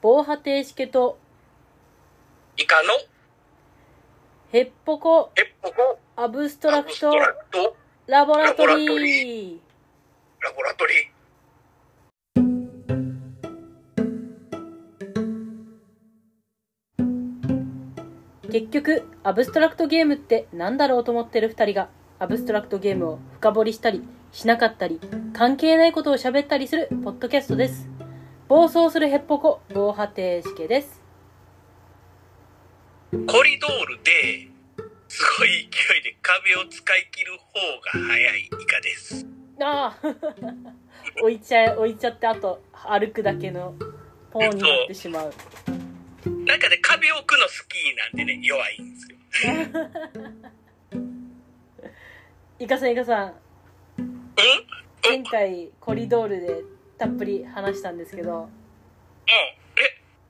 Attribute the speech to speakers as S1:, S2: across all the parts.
S1: 防波堤しけと、
S2: イカの
S1: ヘッポコ、
S2: ヘッポコ
S1: アブスト
S2: ア
S1: ラ
S2: ブ
S1: ク
S2: ス
S1: ト
S2: ト、ラクト
S1: ラボラト
S2: ラボラト
S1: リー。
S2: ラボラトリー。
S1: 結局アブストラクトゲームってなんだろうと思ってる2人がアブストラクトゲームを深掘りしたりしなかったり関係ないことを喋ったりするポッドキャストです暴走するヘッポコ防波堤しけです
S2: コリドールですごい勢いで壁を使い切る方が早いイカです
S1: ああ 置いちゃえ置いちゃってあと歩くだけのポーになってしまう
S2: なんかで壁を置くの好きなんでね弱いんですよ
S1: イカさんイカさん
S2: うん
S1: 前回コリドールでたっぷり話したんですけど
S2: うんえ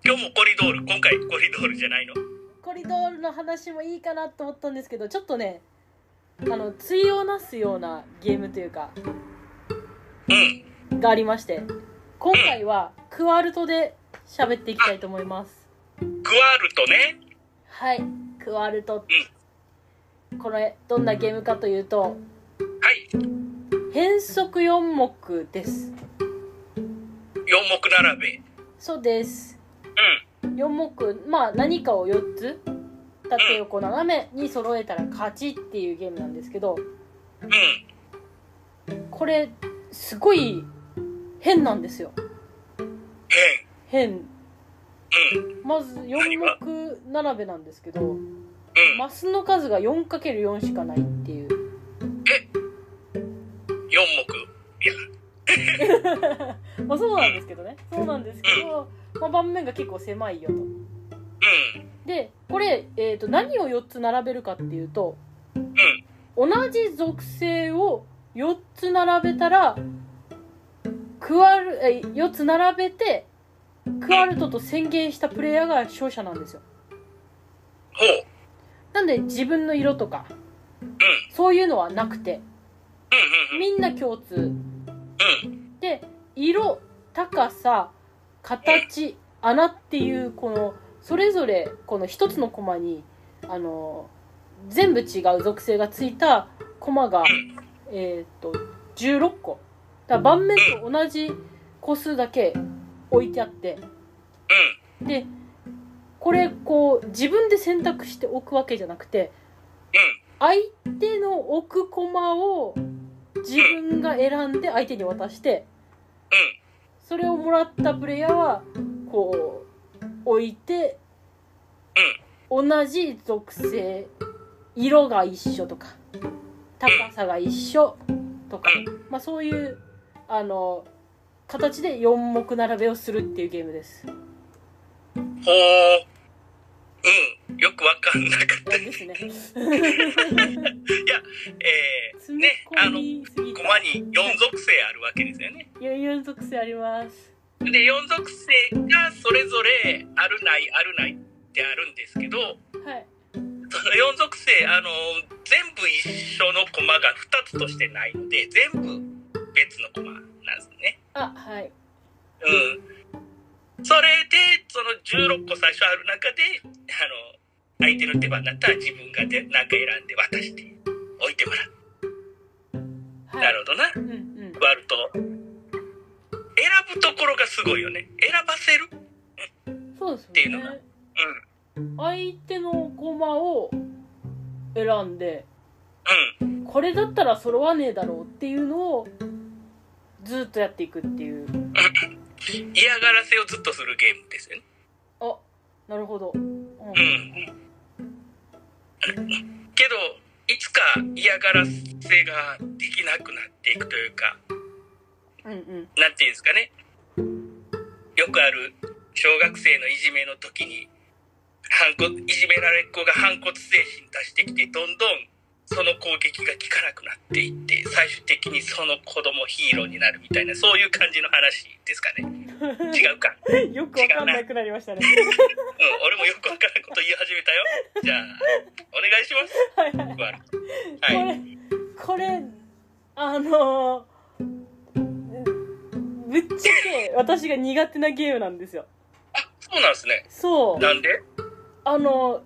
S2: 今日もコリドール今回コリドールじゃないの
S1: コリドールの話もいいかなと思ったんですけどちょっとねあの対をなすようなゲームというか
S2: うん
S1: がありまして今回はクワルトで喋っていきたいと思います
S2: グワルトね
S1: はいクワルトこれどんなゲームかというと
S2: はい
S1: 変則4目です
S2: 四目並べ
S1: そうです
S2: うん
S1: 4目まあ何かを4つ縦横斜めに揃えたら勝ちっていうゲームなんですけど
S2: うん
S1: これすごい変なんですよ
S2: 変
S1: 変
S2: うん
S1: まず
S2: 何
S1: 4
S2: が
S1: 目並べなんですけど
S2: うん
S1: マスの数が 4×4 しかないっていう
S2: 四目いや
S1: まあそうなんですけどねそうなんですけど、まあ、盤面が結構狭いよと
S2: うん
S1: でこれ、えー、と何を4つ並べるかっていうと
S2: うん
S1: 同じ属性を4つ並べたらクワルえ4つ並べてクワルトと宣言したプレイヤーが勝者なんですよ
S2: ほう
S1: なんで自分の色とか
S2: うん
S1: そういうのはなくて
S2: うんうん
S1: みんな共通
S2: うんうん
S1: で色高さ形穴っていうこのそれぞれこの一つのコマにあの全部違う属性がついたコマがえっと16個だから盤面と同じ個数だけ置いてあって
S2: うん
S1: でこれこう自分で選択しておくわけじゃなくて
S2: うん
S1: 相手の置くコマを自分が選んで相手に渡して
S2: うん
S1: それをもらったプレイヤーはこう置いて、同じ属性色が一緒とか高さが一緒とか、まあ、そういうあの形で4目並べをするっていうゲームです。
S2: ほううんよくわかんなかった
S1: ですね。
S2: えー、
S1: 詰め
S2: ねあ
S1: 込
S2: の
S1: みすぎた。
S2: 駒に4属性あるわけですよね。
S1: いろいろ属性あります。
S2: で4属性がそれぞれあるないあるないってあるんですけど
S1: はい。
S2: その4属性あの全部一緒の駒が2つとしてないので全部別の駒なんですね。
S1: あ、はい。
S2: うん、それでその16個最初ある中であの相手の手番になったら自分がで何か選んで渡して置いてもら
S1: は
S2: う。
S1: い。
S2: なるほどな。
S1: うんうん。
S2: 割ると選ぶところがすごいよね選ばせるうん
S1: そうで
S2: って
S1: す
S2: いう
S1: よ
S2: のが
S1: ね。相手の駒を選んで
S2: うん
S1: これだったら揃わねえだろうっていうのをずっとやっていくっていう
S2: 嫌がらせをずっとするゲームですよね
S1: あなるほど、うん
S2: うんけどいつか嫌がらせができなくなっていくというか
S1: うんうん
S2: なんていうんですかねよくある小学生のいじめの時に反骨いじめられっ子が反骨精神出してきてどんどんその攻撃が効かなくなっていって最終的にその子供ヒーローになるみたいなそういう感じの話で すかね違うか、う ん、
S1: よくわかんなくなりましたね
S2: 俺もよくわからんこと言い始めたよじゃあお願いします
S1: はいはい
S2: グアル
S1: こ
S2: はい
S1: れこれあのーぶっちゃけ私が苦手なゲームなんですよ
S2: あそうなんですね。
S1: そう
S2: なんで
S1: あの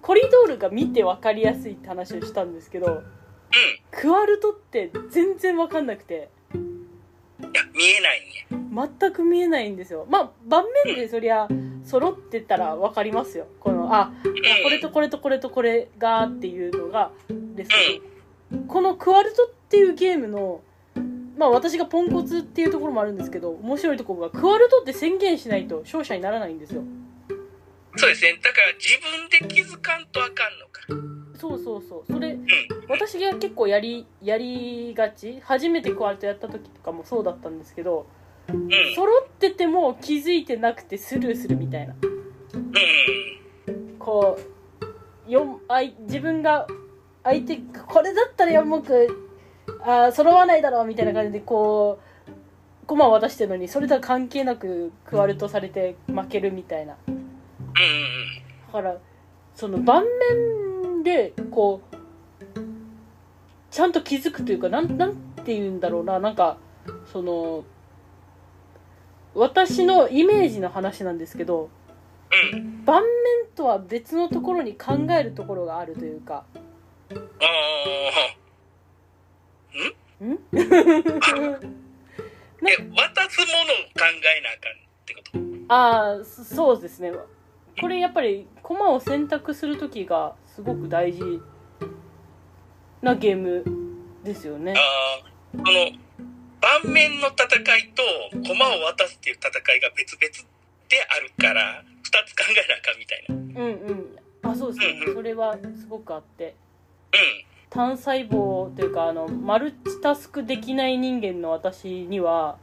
S1: コリドールが見て分かりやすいって話をしたんですけど
S2: う
S1: クワルトって全然分かんなくて
S2: ん。いや、見えないんや。
S1: 全く見えないんですよまあ盤面でそりゃ揃ってたら分かりますよこのあ
S2: うん。
S1: これとこれとこれとこれがっていうのがですけどこのクワルトっていうゲームのまあ私がポンコツっていうところもあるんですけど面白いところがクワルトって宣言しないと勝者にならないんですよ
S2: そうですね。だから自分で気づかんとあかんのか。うん。
S1: そうそうそうそれ
S2: うん。
S1: 私が結構やりやりがち初めてクワルトやった時とかもそうだったんですけど
S2: うん。
S1: 揃ってても気づいてなくてスルーするみたいな
S2: うん。
S1: こうよあい自分が相手これだったら4目あー揃わないだろうみたいな感じでこう駒を渡してるのにそれとは関係なくクワルトされて負けるみたいな
S2: うん。
S1: だからその盤面でこうちゃんと気づくというかなんなんて言うんだろうななんかその私のイメージの話なんですけど
S2: うん。うん。
S1: 盤面とは別のところに考えるところがあるというか
S2: ああ。
S1: ん
S2: え、渡すものを考えなあかんってこと
S1: ああそそうですねこれやっぱり駒を選択する時がすごく大事なゲームですよね
S2: ああ。その、盤面の戦いと駒を渡すっていう戦いが別々であるから、二つ考えなあかんみたいな。う
S1: う
S2: ん。
S1: んうんあそうですねそれはすごくあって単細胞というかあのマルチタスクできない人間の私には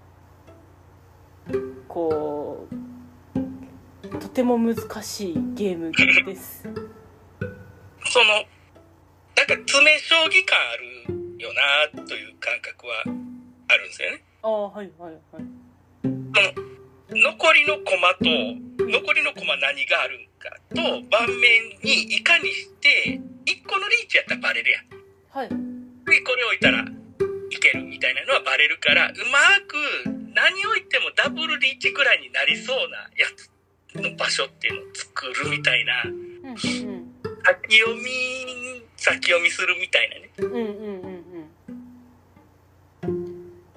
S1: こうとても難しいゲームです
S2: その、なんか詰将棋感あるよなという感覚はあるんですよね。
S1: ああはいはいはい
S2: その、残りの駒と、残りの駒何があるんかと、盤面にいかにして、一個のリーチやったらバレるやん。
S1: はい
S2: で、これ置いたらいけるみたいなのはバレるから、うまく何置いてもダブルリーチぐらいになりそうなやつの場所っていうのを作るみたいな、
S1: うんうん
S2: 先読み、先読みするみたい
S1: う
S2: なね。
S1: んうんうんうん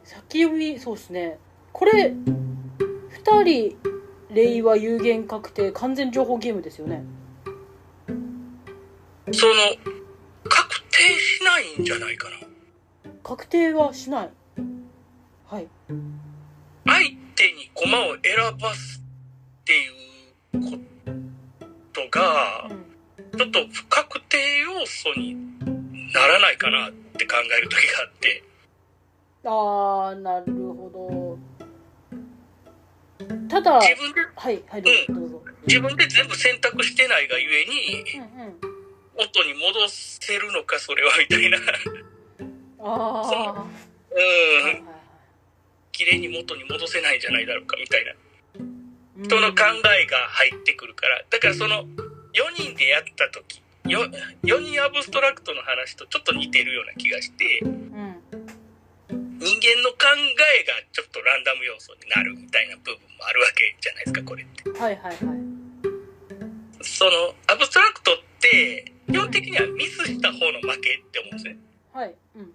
S1: 先読みそうですねこれ2人令和有限確定完全情報ゲームですよね
S2: その、確定しないんじゃないかな。
S1: 確定はしないはい
S2: 相手に駒を選ばすっていうことが
S1: う、ん
S2: ちょっと不確定要素にならないかなって考える時があって、
S1: あーなるほどただ
S2: 自分で、
S1: はいはいどうぞどうぞ
S2: 自分で全部選択してないがゆえ
S1: う
S2: に、
S1: んうん
S2: 元に戻せるのか、それは、みたいな。う
S1: ああ
S2: ん。綺麗に元に戻せないんじゃないだろうか、みたいな。人
S1: 人
S2: の考えが入ってくるからだからその4人でやった時 4, 4人アブストラクトの話とちょっと似てるような気がして人
S1: うん
S2: 間の考えがちょっとランダム要素になるみたいな部分もあるわけじゃないですかこれって
S1: はいはいはい
S2: そのアブストラクトって基本的にはミスした方の負けって思うんですね
S1: はいうんうん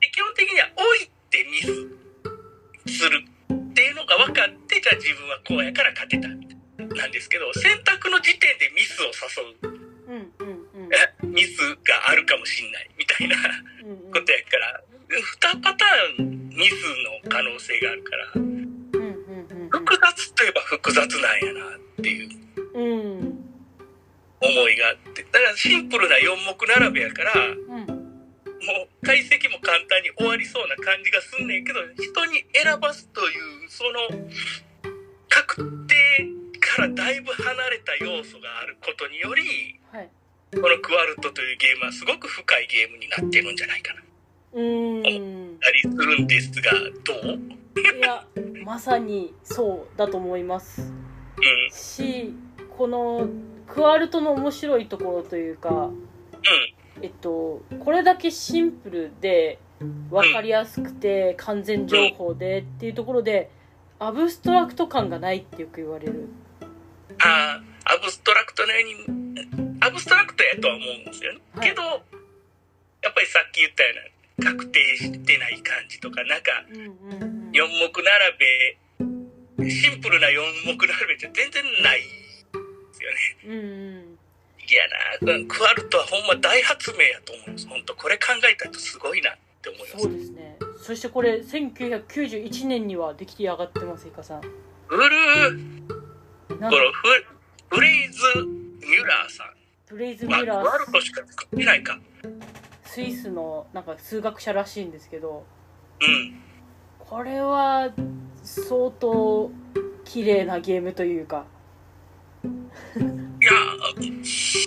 S2: で基本的には置いてミスするっていうのが分かってじゃあ自分はこうやから勝てたなんですけど選択の時点でミスを誘う
S1: うんうんうん
S2: ミスがあるかもしんないみたいな
S1: うんうん
S2: ことやから2パターンミスの可能性があるから
S1: うんうん
S2: 複雑といえば複雑なんやなっていう
S1: うんうん
S2: 思いがあってだからシンプルな4目並べやからも
S1: うん
S2: う解析も簡単に終わりそうな感じがすんねんけど人に選ばすというその確定からだいぶ離れた要素があることにより
S1: はい
S2: このクワルトというゲームはすごく深いゲームになってるんじゃないかな。
S1: うーん
S2: たりするんですがどう、うん、
S1: いやまさにそうだと思います
S2: う
S1: しこのクワルトの面白いところというか
S2: ん、
S1: えっと、これだけシンプルで分かりやすくて完全情報でっていうところでアブストラクト感がないってよく言われる
S2: ああアブストラクトのようにアブストラクトやとは思うんですよね、
S1: はい
S2: けどやっぱりさっき言ったような確定してない感じとかなんか
S1: うんうんうん
S2: 四目並べシンプルな四目並べじゃ全然ないですよね
S1: うんうん
S2: いやなうんクワルトはほんま大発明やと思うんです本当これ考えた人すごいなって思います
S1: そうですねそしてこれ1991年にはできてやがってますイカさん
S2: ウルー
S1: なん
S2: ことのフフレイズ・ミュラーさん
S1: ブレイズ・ミ
S2: ま
S1: ュ
S2: あ、ク
S1: ラ
S2: ワル
S1: ー
S2: トしか作ってないか。
S1: スイスのなんか数学者らしいんですけど
S2: うん。
S1: これは相当綺麗なゲームというか
S2: いや、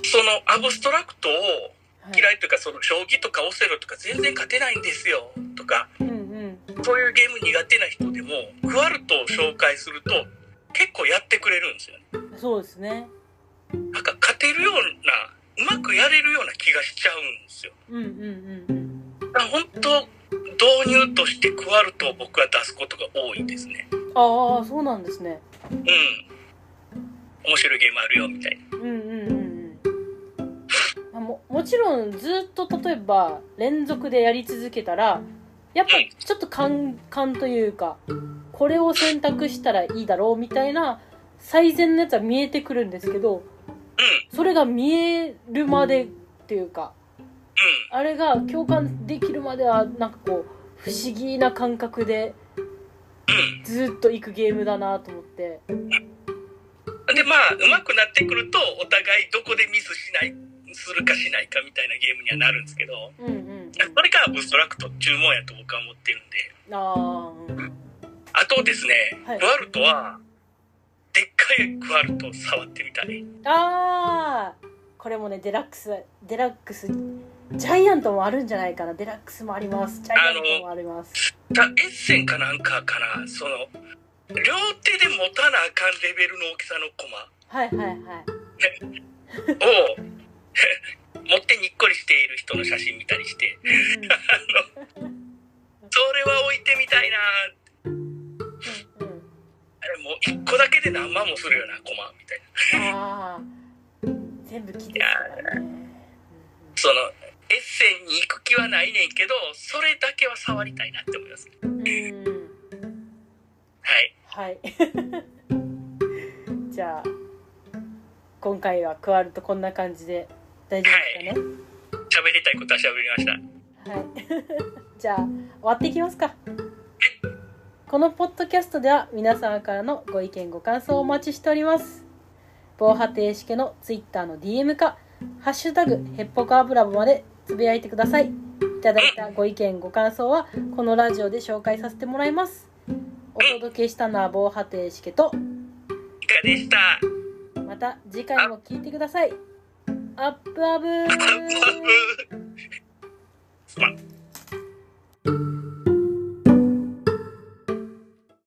S2: そのアブストラクトを
S1: はい
S2: 嫌いというか、その将棋とかオセロとか全然勝てないんですよとか、
S1: うんうん
S2: そういうゲーム苦手な人でも、クワルトを紹介すると結構やってくれるんですよね。
S1: そうですね
S2: なんか勝てるような、うまくやれるような気がしちゃうんですよ。
S1: うんうんうんうん
S2: だから本当、導入としてクワルトを僕は出すことが多いですね。
S1: ああそうなんですね
S2: うん。面白いゲームあるよみたいな。
S1: うんうんうんうんあももちろんずっと例えば連続でやり続けたらやっぱちょっと感感というかこれを選択したらいいだろうみたいな最善のやつは見えてくるんですけど
S2: うん、
S1: それが見えるまでっていうか
S2: うん。
S1: あれが共感できるまではなんかこう不思議な感覚でずっと行くゲームだなと思って
S2: でまあ上手くなってくるとお互いどこでミスしないするかしないかみたいなゲームにはなるんですけど
S1: うんうん
S2: それがアブストラクト注文やと僕は思ってるんで
S1: ああうん
S2: あとですね、
S1: はい
S2: クワルトはでっかいクワルトを触ってみたい
S1: あーこれもねデラックスデラックスジャイアントもあるんじゃないかなデラックスもありますジャイアントもあります
S2: だエッセンかなんかかなその両手で持たなあかんレベルの大きさのコマ
S1: はいはいはい
S2: を 持ってにっこりしている人の写真見たりしてそれは置いてみたいな
S1: うんうんうんうん
S2: あれもう1個だけで何万もするようなコマみたいな。
S1: ああ全部木ですからね
S2: そのエッセンに行く気はないねんけどそれだけは触りたいなって思います
S1: うんうんうん
S2: は
S1: は
S2: い
S1: い じゃあ今回は加わるとこんな感じで大丈夫ですかね
S2: 喋りたいことは喋りましたは
S1: はい じゃあ終わっていきますかこのポッドキャストでは皆様からのご意見ご感想をお待ちしております防波堤式のツイッターの DM か「ハッシュタグヘッポコアブラボ」までつぶやいてくださいいただいたご意見ご感想はこのラジオで紹介させてもらいますお届けしたのは防波堤式と
S2: いかがでした ア
S1: また次回も聞いてくださいアップアブ
S2: ブアブ